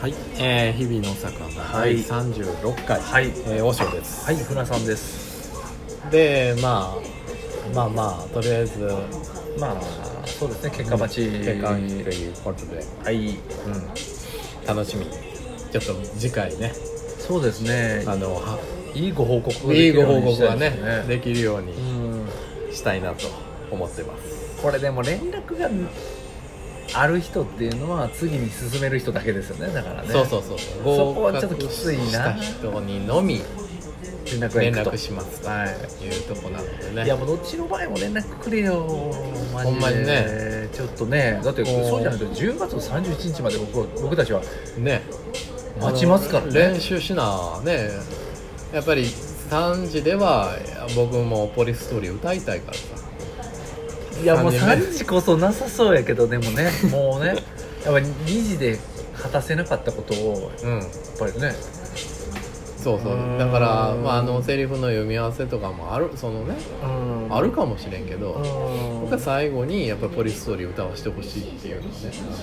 はい、えー、日々の坂の第36回、はいえー、和尚です、はい、船さんです。で、まあ、まあまあとりあえずまあ、そうですね、結果待ち。結果ということで、はい。うん、楽しみにちょっと次回ねそうですね。あのはいいご報告がいでいきるごよう報にし告たがいねですね。できるよううにん。したいなと思ってます、これでも連絡がある人っていうのは次に進める人だけですよね。だからね。そうそうそうそうそこはちょっときついな合格した人にのみ連絡が連行くと絡しますとはい。いうとこなのでねいやもうどっちの場合も連絡くれよマほジでんまにねちょっとねだってもうそうじゃないと10月の31日まで僕は僕たちはね待ちますからねあの練習しなねやっぱり3時では僕もポリストーリー歌いたいからさいやもう三人目3時こそなさそうやけどでも ねもうねやっぱり2時で果たせなかったことをうんやっぱりねそうそううーんだから、まあ、あのセリフの読み合わせとかもあるそのねうんあるかもしれんけど、僕僕ははさ最後にやっぱりポリストーリー歌わしてほしいっていうのね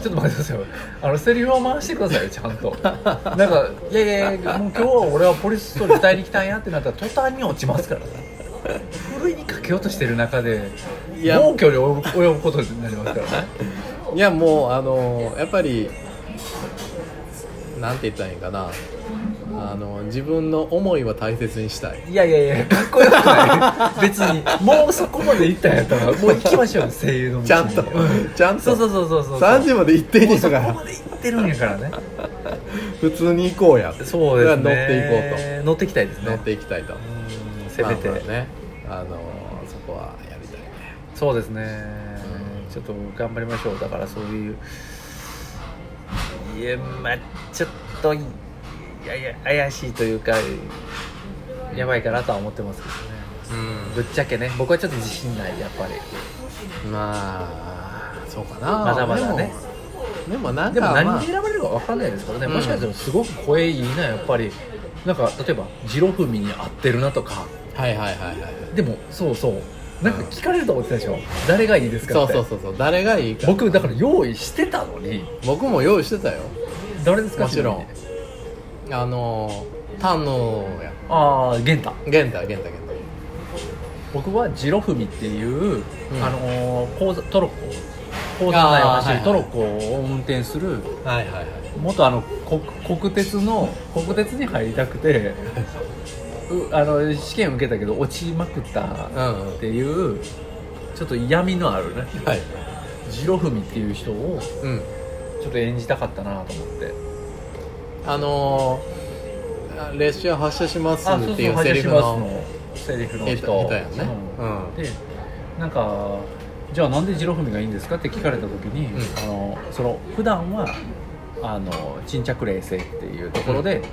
ちょっと待ってくださいあのセリフを回してくださいよちゃ んとなんかいやいやもう今日は俺はポリストーリー歌いに来たんやってなったら途端に落ちますからねふるいにかけようとしてる中でいや暴挙に及ぶことになりますからねいやもうあのやっぱりなんて言ったらいいんかなあの自分の思いは大切にしたいいやいやいやかっこよくない別にもうそこまで行ったんやったらもう行きましょう声優の道にちゃんとうちゃんとそうそうそうそうそう3時まで行っていいもうのそかこらまで行ってるんやからね普通に行こうやそうですね乗っていこううと乗ってきたいですとね乗っていきたいとうんせめて、まあまあねあのそこはやりたいねそうですねちょっと頑張りましょうだからそういういやまあちょっといやいや怪しいというかやばいかなとは思ってますけどねぶっちゃけね僕はちょっと自信ないやっぱりうんまあそうかなまだまだねでもでもなんでかもま何あに選ばれるか分かんないですからね、うんもしかしたらすごく声いいなやっぱりなんか例えばジロフミに合ってるなとかはいはいはいはいでもそうそうなんか聞かれると思ってたでしょ、誰がいいですかそっうてそうそうそう誰がいいか僕だから用意してたのに僕も用意してたよ誰ですかもちろんちなみにあの丹野やああ玄太源太源太源太僕はジロフミっていう、うんあのー、鉱山トロッコ鉱山内を走あーはいはいるトロッコを運転するはいはいはい元あの国国鉄の国鉄に入りたく てうあの試験受けたけど落ちまくったうんっていうちょっと闇のあるねうんはいジロフミっていう人をうんちょっと演じたかったなと思ってあのー、列車発車しますっていうセリフののセリフの下手人下手やんねううんんでなんかじゃあなんでジロフミがいいんですかって聞かれた時に、うんあのその普段はあの沈着冷静っていうところで、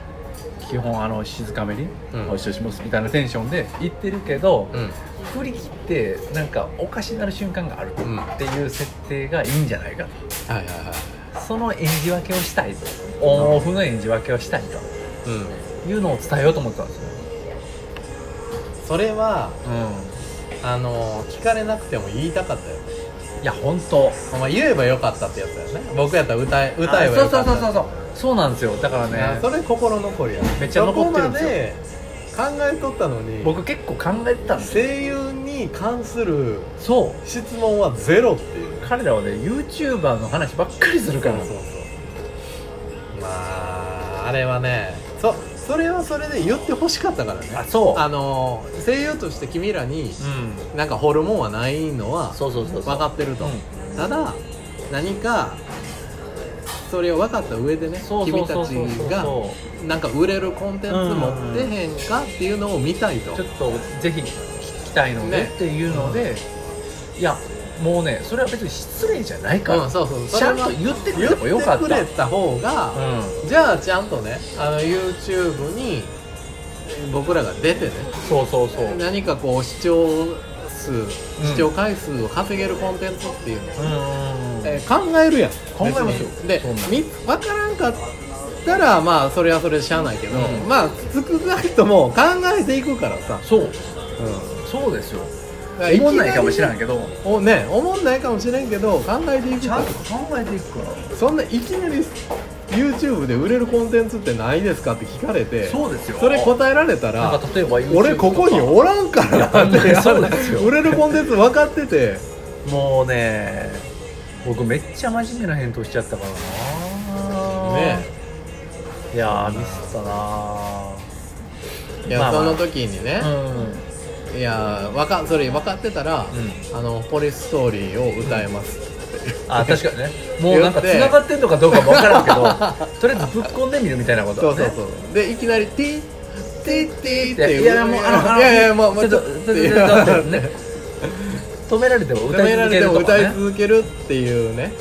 基本あの静かめにうん「お一緒します」みたいなテンションで言ってるけど、うん振り切ってなんかおかしになる瞬間があるうんっていう設定がいいんじゃないかはいはいはいとその演じ分けをしたいとオンオフの演じ分けをしたいとうんいうのを伝えようと思ってたんですよ、それはうあのー聞かれなくても言いたかったよねん、いや本当お前言えばよかったってやつだよね僕やったら歌え歌えばあよそかうったそうそうそうそうそうなんですよだからねねそれ心残りやねめっちゃ残ってるそこんまで考えとったのに僕結構考えてたんですよ声優に関するそ質問はゼロっていうう彼らはね YouTuber の話ばっかりするからそうそうそうまああれはねそそれはそれで言ってほしかったからねあそうあの声優として君らにうんなんかホルモンはないのはそうそうそう分かってると、うただ何かそれを分かった上でねそうそ君うたそうちそうそうがなんか売れるコンテンツ持ってへんかっていうのを見たいと、ちょっとぜひ聞きたいので、ねっていうので、いやもうねそれは別に失礼じゃないから、うん、そうそうそちゃんれとは言ってくれ言てもよかっってくたれた方うが、んじゃあちゃんとねあの YouTube に僕らが出てねそうそうそう、うん、何かこう視聴数視聴回数を稼げるコンテンツっていうの、えー考えるやん考えますよ別にでそんなんみ分からんかったらまあそれはそれでしゃあないけど、うんまあ少なくとも考えていくからさ、そううそうですよん、思もんないかもしれいんきけどなりおね思んないかもしれんけど考えていくちかゃんらと考えていくからそんないきなり YouTube で売れるコンテンツってないですかって聞かれてそうですよれ答えられたなんらか例えば YouTube 俺ここにおらんからなっいてやそうですよ売れるコンテンツ分かっててもうね僕めっちゃ真面目な返答しちゃったからなねいやーミスったないや、まあまあその時にね、うんいやわかそれ分かってたら、うあの「ポリストーリー」を歌えます、あ確かにねもうなんか繋がってんのかどうかも分からんけど とりあえずぶっ込んでみるみたいなことそうねそうそうでいきなり「ティーティーティー」っていやいやもうあのあのいやいやもうもうちょっとっちとょっとちょっとちょっとね止められても止歌いめら続れてけるもとか歌いね続けるっていうね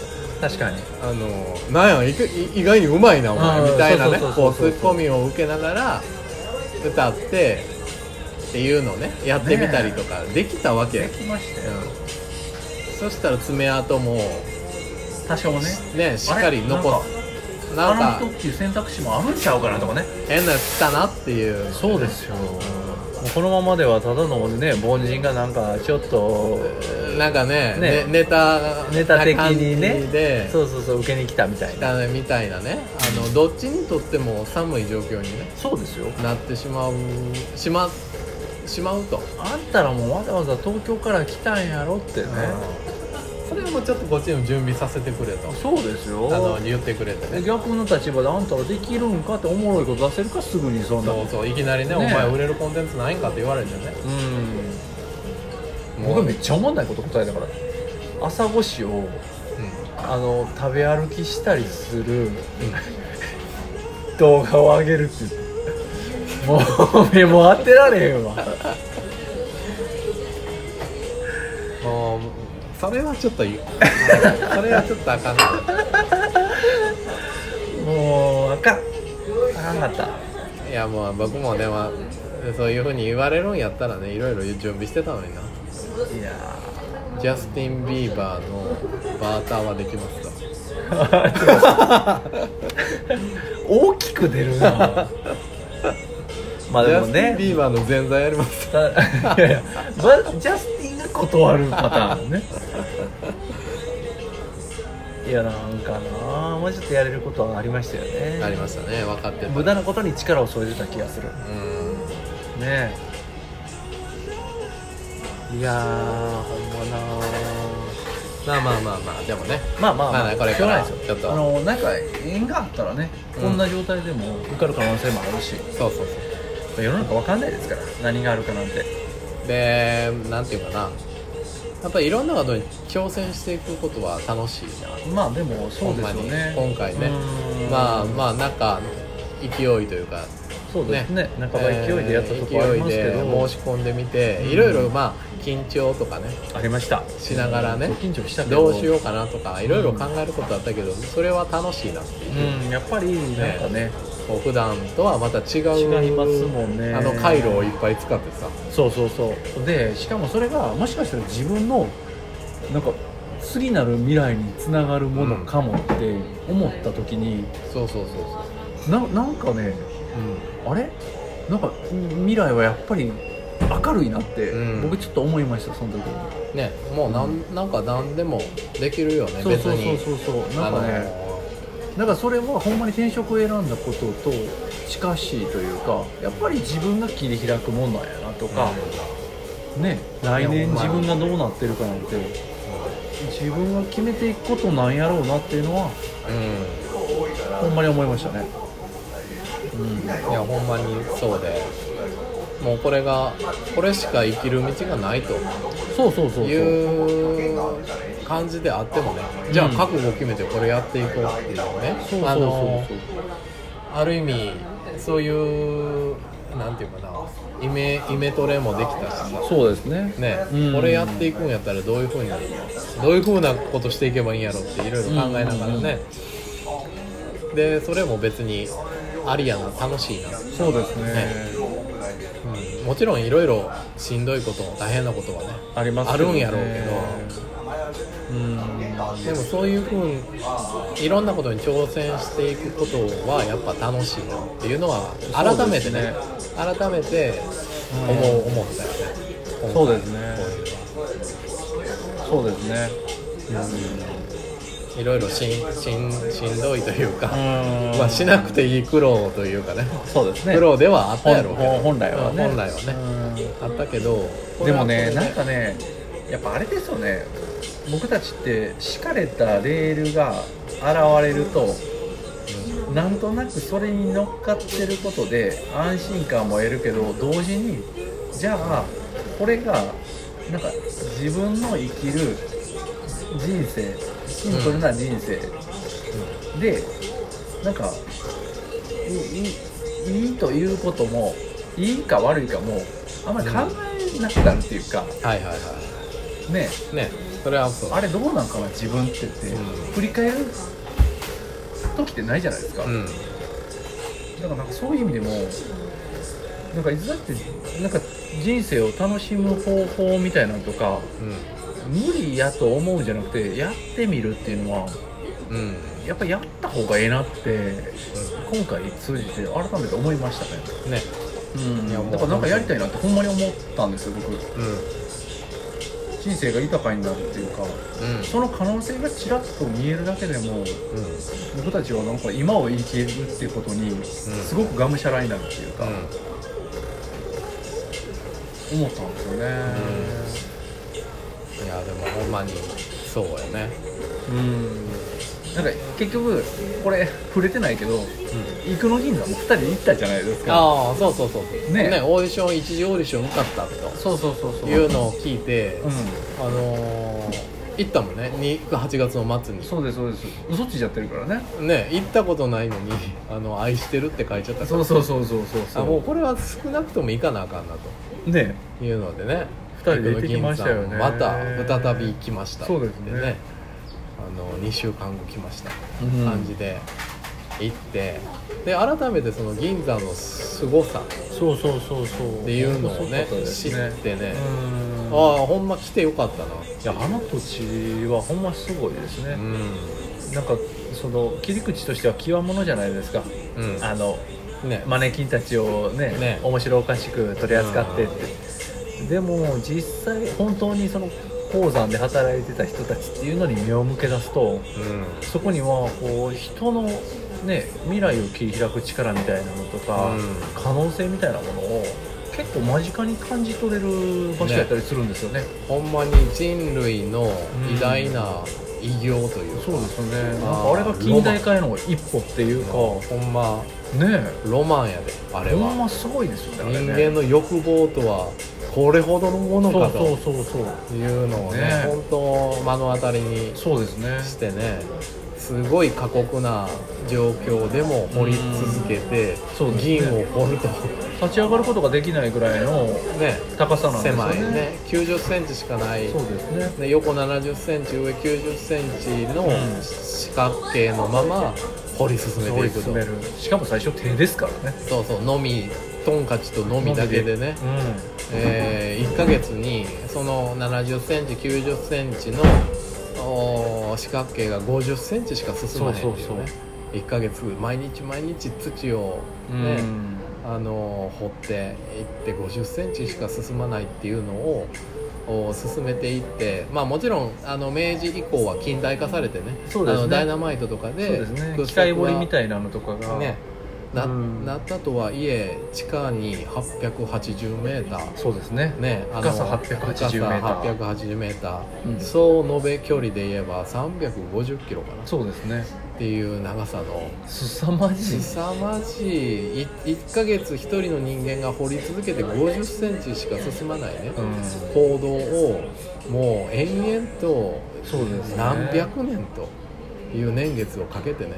確かにあのなんやいくい意外にうまいなおうん前みたいなねそうそこううそうそうツッコミを受けながら歌ってっていうのをねやってみたりとかできたわけ、できましたようん、そしたら爪痕も多少ねねしっかり残っなんあかの人っていう選択肢もあるんちゃうかなとかね変なやつ来たなっていうそうですよもうこのままではただのね凡人がなんかちょっとなんかねねねネタネタ的にな感ねじでそうそうそう受けに来たみたいなだねみたいなねあのどっちにとっても寒い状況に、ね、そうですよなってしまうしましまうと、あんたらもうわざわざ東京から来たんやろってねそれもちょっとこっちの準備させてくれとそうですよあの言ってくれてね逆の立場であんたらできるんかっておもろいこと出せるかすぐにそんなそうそういきなりねねお前売れるコンテンツないんかって言われてねうんも僕うめっちゃおもんないこと答えたから朝ごしをうあの食べ歩きしたりする動画を上げるっていうもう目も当てられへんわんもうそれはちょっと 言うそれはちょっとあかんなもうあかんあかんかったいやもう僕もね、まあ、そういうふうに言われるんやったらねいろいろ準備してたのにないやジャスティン・ビーバーのバーターはできますとー大きく出るなまあジでャもスティねン・ビーバーの前座やりますたいやいやま ジャスティンが断るパターンねいやなんかなもうちょっとやれることはありましたよねありましたね分かってた無駄なことに力を添えてた気がするねうえいやーほんまなんまあまあまあまあでもねまあまあまあねこれからしょうがないですちょっとあのなんか縁があったらね、こんな状態でも受かる可能性もあるしそうそうそう世の中わかんないですから何があるかなんてでなんていうかなやっぱりいろんなことに挑戦していくことは楽しいなまあでもそうですよねほんまに今回ねうんまあまあなんか勢いというかそうですねね半ば勢いでやったとこありますけえど、ー勢いで申し込んでみてうんいろいろまあ緊張とかねありましたしながらね緊張したけどどうしようかなとかいろいろ考えることあったけどそれは楽しいなっていう、うんやっぱりなんかねこう普段とはまた違う違いますもんねあの回路をいっぱい使ってさそうそうそうでしかもそれがもしかしたら自分のなんか次なる未来につながるものかもって思った時に、そうそうそうそななんかねう、うん、あれなんか未来はやっぱり明るいなって、うん僕ちょっと思いましたその時にねもうなん,、なんか何でもできるよねそう別そうそうにそうそうなあんかのね、だからそれはほんまに転職を選んだことと近しいというかやっぱり自分が切り開くもんなんやなとか、ね来年自分がどうなってるかなんて自分が決めていくことなんやろうなっていうのはうほんまに思いましたんねいやほんまにそうでもうこれがこれしか生きる道がないとそうそうそうそういう感じであってもねじゃあうん覚悟を決めてこれやっていこうっていうのねそうそうそうあのある意味そういうなんていうかなイメイメトレもできたしさそうそうですねね、うんこれやっていくんやったらどういうふうにどういうふうなことしていけばいいんやろっていろいろ考えながらね、でそれも別にありやな楽しいな、そうですねうん、もちろんいろいろしんどいことも大変なことはねありますあけるどんねやろううんけどでもそういうふうにいろんなことに挑戦していくことはやっぱ楽しいなっていうのは改めてね改めて思う、思ったよねそうですね今回こういうのはそうですねいろいろしんしんしんどいというか、うんまあ、しなくていい苦労というかねそうですね苦労ではあったやろうけど本本来はねうん本来はねあったけどうんでもねなんかねやっぱあれですよね僕たちって敷かれたレールが現れるとなんとなくそれに乗っかってることで安心感も得るけど同時にじゃあこれがなんか自分の生きる人生シンプルな人生でなんかいいいいいということもいいか悪いかもあんまり考えなくなるっていうかはいはいはねいねそれはそうあれどうなんかな自分ってってうん振り返る時ってないじゃないですか。うんだからなんかそういう意味でもなんかいつだってなんか人生を楽しむ方法みたいなのとか無理やと思うんじゃなくてやってみるっていうのはうんうんやっぱやった方がええなって今回通じて改めて思いましたねねいやうもんうだからなんかやりたいなってほんまに思ったんですよ僕うん人生が豊かになるっていうかうんその可能性がちらっと見えるだけでうもん僕たちはなんか今を生きるっていうことにすごくがむしゃらになるっていうか、思ったんですよね、うんいやでもほんまにそうやねうんなんか結局これ触れてないけど育野銀座も2人で行ったじゃないですかああそうそうそうそうねオーディション一次オーディション受かったとそうそうそうそいうのを聞いて、うあのー行ったもんね2 8月の末んにそうですそうです嘘ついちゃってるからねね行ったことないのに「あの愛してる」って書いちゃったからそうそうそうそうそあうもうこれは少なくとも行かなあかんなねというのでね二人で行ってきましたよねまた再び来ましたそうですねあの2週間後来ましたうん感じで行って、で改めてその銀座の凄さっそうそうそうそうっていうのをね知ってねああほんま来てよかったな、いやあの土地はほんますごいですねう、んなんかその切り口としては際物じゃないですかうんあのねマネキンたちをねね面白おかしく取り扱ってってでも実際本当にその鉱山で働いてた人たちっていうのに目を向け出すとうんそこにはこう人の、ね、未来を切り開く力みたいなのとか、うん可能性みたいなものを結構間近に感じ取れる場所やったりするんですよねほんまに人類の偉大な偉業というか、そうですよあねなんかーあれが近代化への一歩っていうかほんまねロマンやであえれほんは、ますごいですよねあれ人ね間の欲望とはこれほどのものそかうそとうそうそういうのをねね本当目の当たりにそうですねしてねすごい過酷な状況でも掘り続けてそうですね銀を掘ると立ち上がることができないぐらいのね高さなんですよ狭ねいね9 0センチしかないそうですねで横7 0センチ上9 0センチのうん四角形のまま掘り進めていくと進めるしかも最初手ですからねそうそうのみトンカチとのみだけでねえー1ヶ月にその7 0センチ9 0センチのおー四角形が5 0センチしか進まへんっていうねそうそう1ヶ月毎日毎日土をうね、んあのー掘っていって5 0センチしか進まないっていうのをおー進めていってまあもちろんあの明治以降は近代化されてねそうですねあのダイナマイトとかそうでですね掘機械掘りみいたいなのとかがねな,、うんなったとはいえ地下に880メーターそうですねね、あの深さ880メーター深さ880メーター、うん総延べ距離で言えば350キロかなそうですねっていう長さの凄まじい凄まじいい1ヶ月1人の人間が掘り続けて50センチしか進まないね、うん行動をもう延々とそうですね何百年という年月をかけてね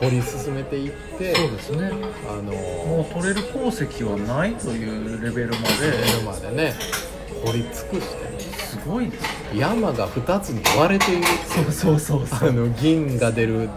掘り進めていってそうですねあのもう取れる鉱石はないというレベルま目のまでね掘り尽くしてねですごいです山が2つに割れているっていうそうそうあの銀が出る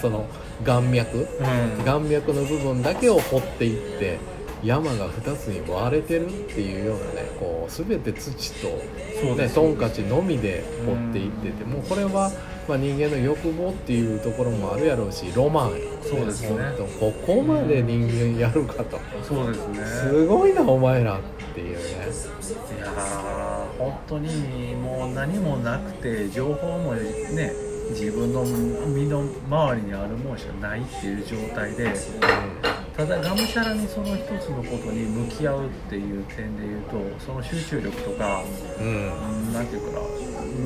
その岩脈うん岩脈の部分だけを掘っていって山が2つに割れてるっていうようなねこう全て土と、そうね、ですトンカチのみで掘っていっててもうこれは、まあ、人間の欲望っていうところもあるやろうしロマンやそうですね本当ここまで人間やるかとそうですねすごいなお前らっていうねいやー本当にもう何もなくて情報もね自分の身の回りにあるもんしかないっていう状態でただがむしゃらにその一つのことに向き合うっていう点で言うとその集中力とかうん何て言うかな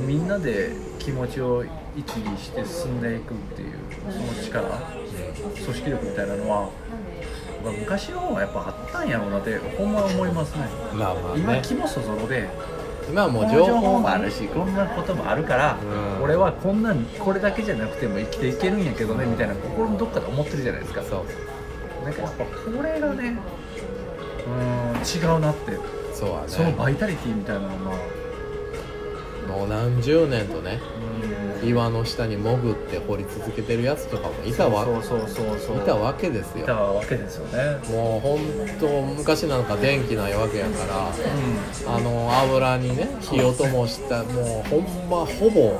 みんなで気持ちを一にして進んでいくっていうその力組織力みたいなのは僕は昔の方がやっぱあったんやろうなってほんま思いますねまあまあ今ね気もそぞろで今はもこうの情情報報ももああるるししこんなこともあるから、うん俺はこんなんこれだけじゃなくても生きていけるんやけどねみたいな心のどっかで思ってるじゃないですかそうなんかやっぱこれがねうーん違うなってそうはそのねバイタリティみたいなのがもう何十年とねうん岩の下に潜って掘り続けてるやつとかもいたわそうそうそうそういたわけですいたよわけですよねもう本当昔なんか電気ないわけやからうあの油にね火を灯したもうほんまほぼ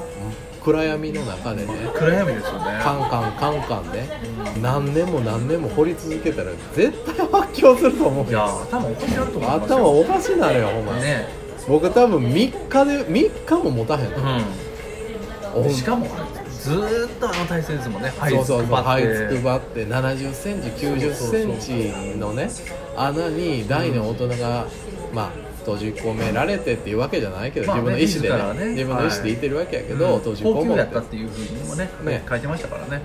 暗闇の中でねん暗闇ですよねカンカンカンカンね何年も何年も掘り続けたら絶対発狂すると思ういやよ頭おかしいなと思います頭おかしなのよほんまにね僕多分3日で3日も持たへんうほんんしかもずーっとあの体勢ですもんねはいそうそうそうはいつつくくばばって7 0センチ9 0センチのね穴に大の大人が、まあ閉じ込められてっていうわけじゃないけど、まあね自分の意自思らでねね自分の意思でいてるわけやけど、うん閉じ高こ級もだっってたっていうふうにもねね書いてましたからね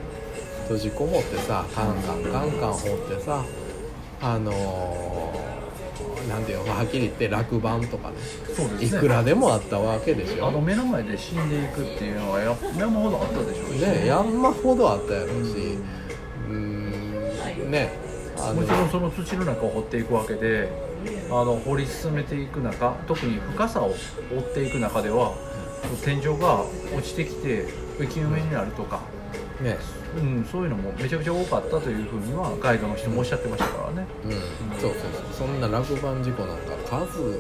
閉じこもってさカンカンカンカン放ってさあのー、なんていうのはっきり言って落盤とかねそうでいすねくらでもあったわけでしあのょ目の前で死んでいくっていうのはや山ほどあったでしょうしね山ほどあったやろううしんうーんねあものちろんその土の中を掘っていくわけであの掘り進めていく中特に深さを追っていく中では天井が落ちてきて浮き埋めになるとか、ねうん、そういうのもめちゃくちゃ多かったというふうにはガイドの人もおっしゃってましたからね。うん、そうそうそうそんな落盤事故なんか数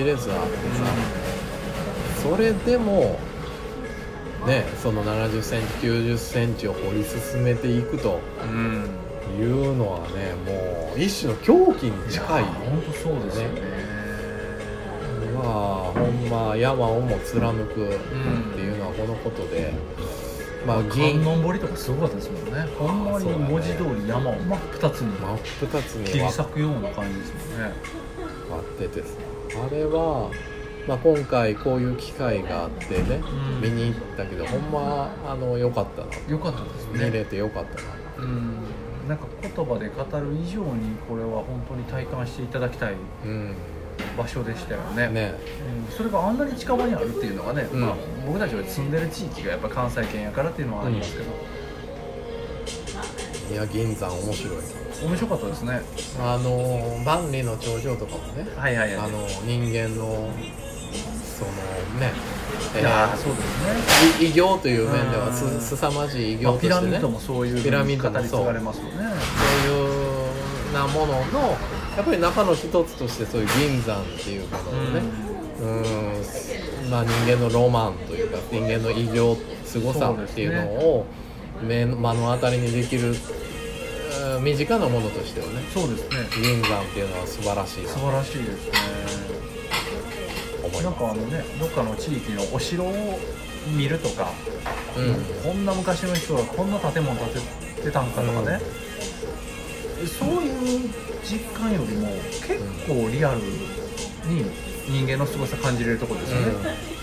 知れずあってさそれでもねその7 0センチ9 0センチを掘り進めていくとうん、いうのはねもう一種の狂気に近いや本当そうですよね。まあほんま山をも貫くっていうのはこのことで、まあ銀観音堀とかすごかったですもんね。ほんまに文字通り山を真っ二つに真っ二つ切にり分裂くような感じですもんね。かっててさあれは、まあ、今回こういう機会があってね、うん見に行ったけどほんまあの良かったなよかったです見ね。れて良かったなうん、なんか言葉で語る以上にこれは本当に体感していただきたいうん場所でしたよね。ねうんそれがあんなに近場にあるっていうのがね、うんまあ、僕たちが住んでる地域がやっぱ関西圏やからっていうのはありますけど、いや銀山面白い面白かったですねあの万里の頂上とかもねはいはいはあいの人間のそのね、えいやーそうですねー、い偉業という面ではうんすすさまじい偉ま業あとピしラてミねッドそうもそういうピラミッドも語り継がれますよねいうなもののやっぱり中の一つとしてそういう銀山っていうものをね、うんまあ、人間のロマンというか人間の異常すごさっていうのを目の目の当たりにできるうん身近なものとしてはねそうですね銀山っていうのは素晴らしいな素と晴らしいですね思いなんまかあのねどっかの地域のお城を見るとか、す、うん、こんな昔の人がこんな建物建ててたんかとかね、そういう実感よりも結構リアルに人間の凄さ感じれるところですよね、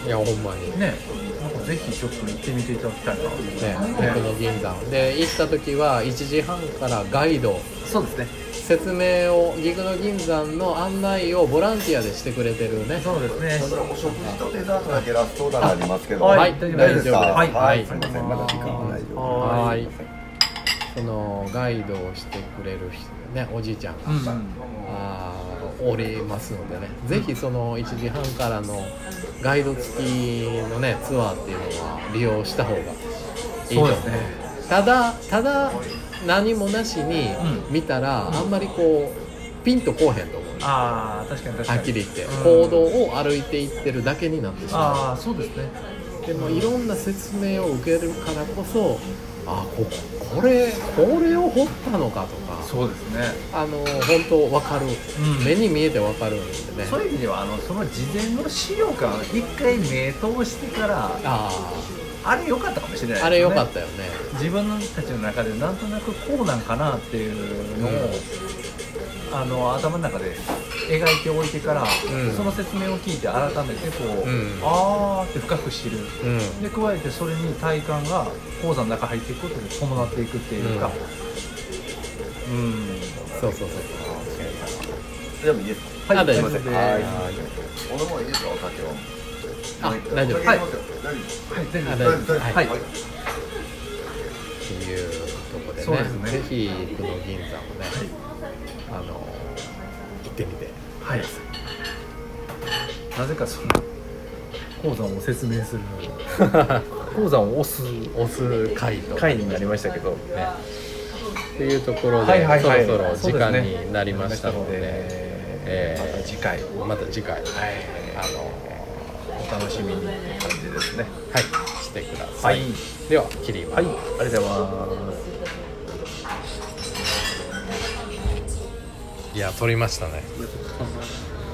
うん、いやほんまにねねなんかぜひちょっと行ってみていただきたいなと思います僕の銀山で行った時は1時半からガイドそうですね説明を岐阜の銀山の案内をボランティアでしてくれてるねそうですねそれお食事とデザートだけラストオーダーになりますけど、はいはい大大丈夫丈夫でですすか。はいはいすみません、まだ時間は大丈夫はいそのガイドをしてくれる人ねおじいちゃんがうんうんあーおりますのでね、ぜひその1時半からのガイド付きのねツアーっていうのは利用した方がいいとそう思うですねただただ何もなしに見たら、あんまりこうピンとこうへんと思うああ確かに確かはにっきり言って、うん行動を歩いていってるだけになってしまああそうですねうでもいろんな説明を受けるからこそあここれこれを掘ったのかとかそうですねあの本当分かる、うん目に見えて分かるんでねそういう意味ではあのその事前の資料館を一回目通してからああれ良かったかもしれないですねあれ良かったよね自分たちの中でなんとなくこうなんかなっていうのを、あの頭の中で描いておいてから、んその説明を聞いて改めてこう、うんあーって深く知るうんで加えてそれに体感が鉱山の中入っていくことで伴っていくっていうかうん、そうそうそうでもいいですかはいあ大丈な夫でのすでははいい俺もいいですよお酒はあ大丈夫はい大丈夫です大丈夫あ大で丈す夫ですはい大丈夫はいっていうとこでそうねですねぜひ久野銀座もね、あの行ってみてはいなぜかその鉱山を説明する 鉱山を押す押す回と回になりましたけどねっていうところで、はいはいはいそろそろ時間そうですねになりましたので,、えーまた次回はいまた次回、あのお楽しみにって感じですねはいしてください、はいでは切ります、はいありがとうございますいや撮りましたね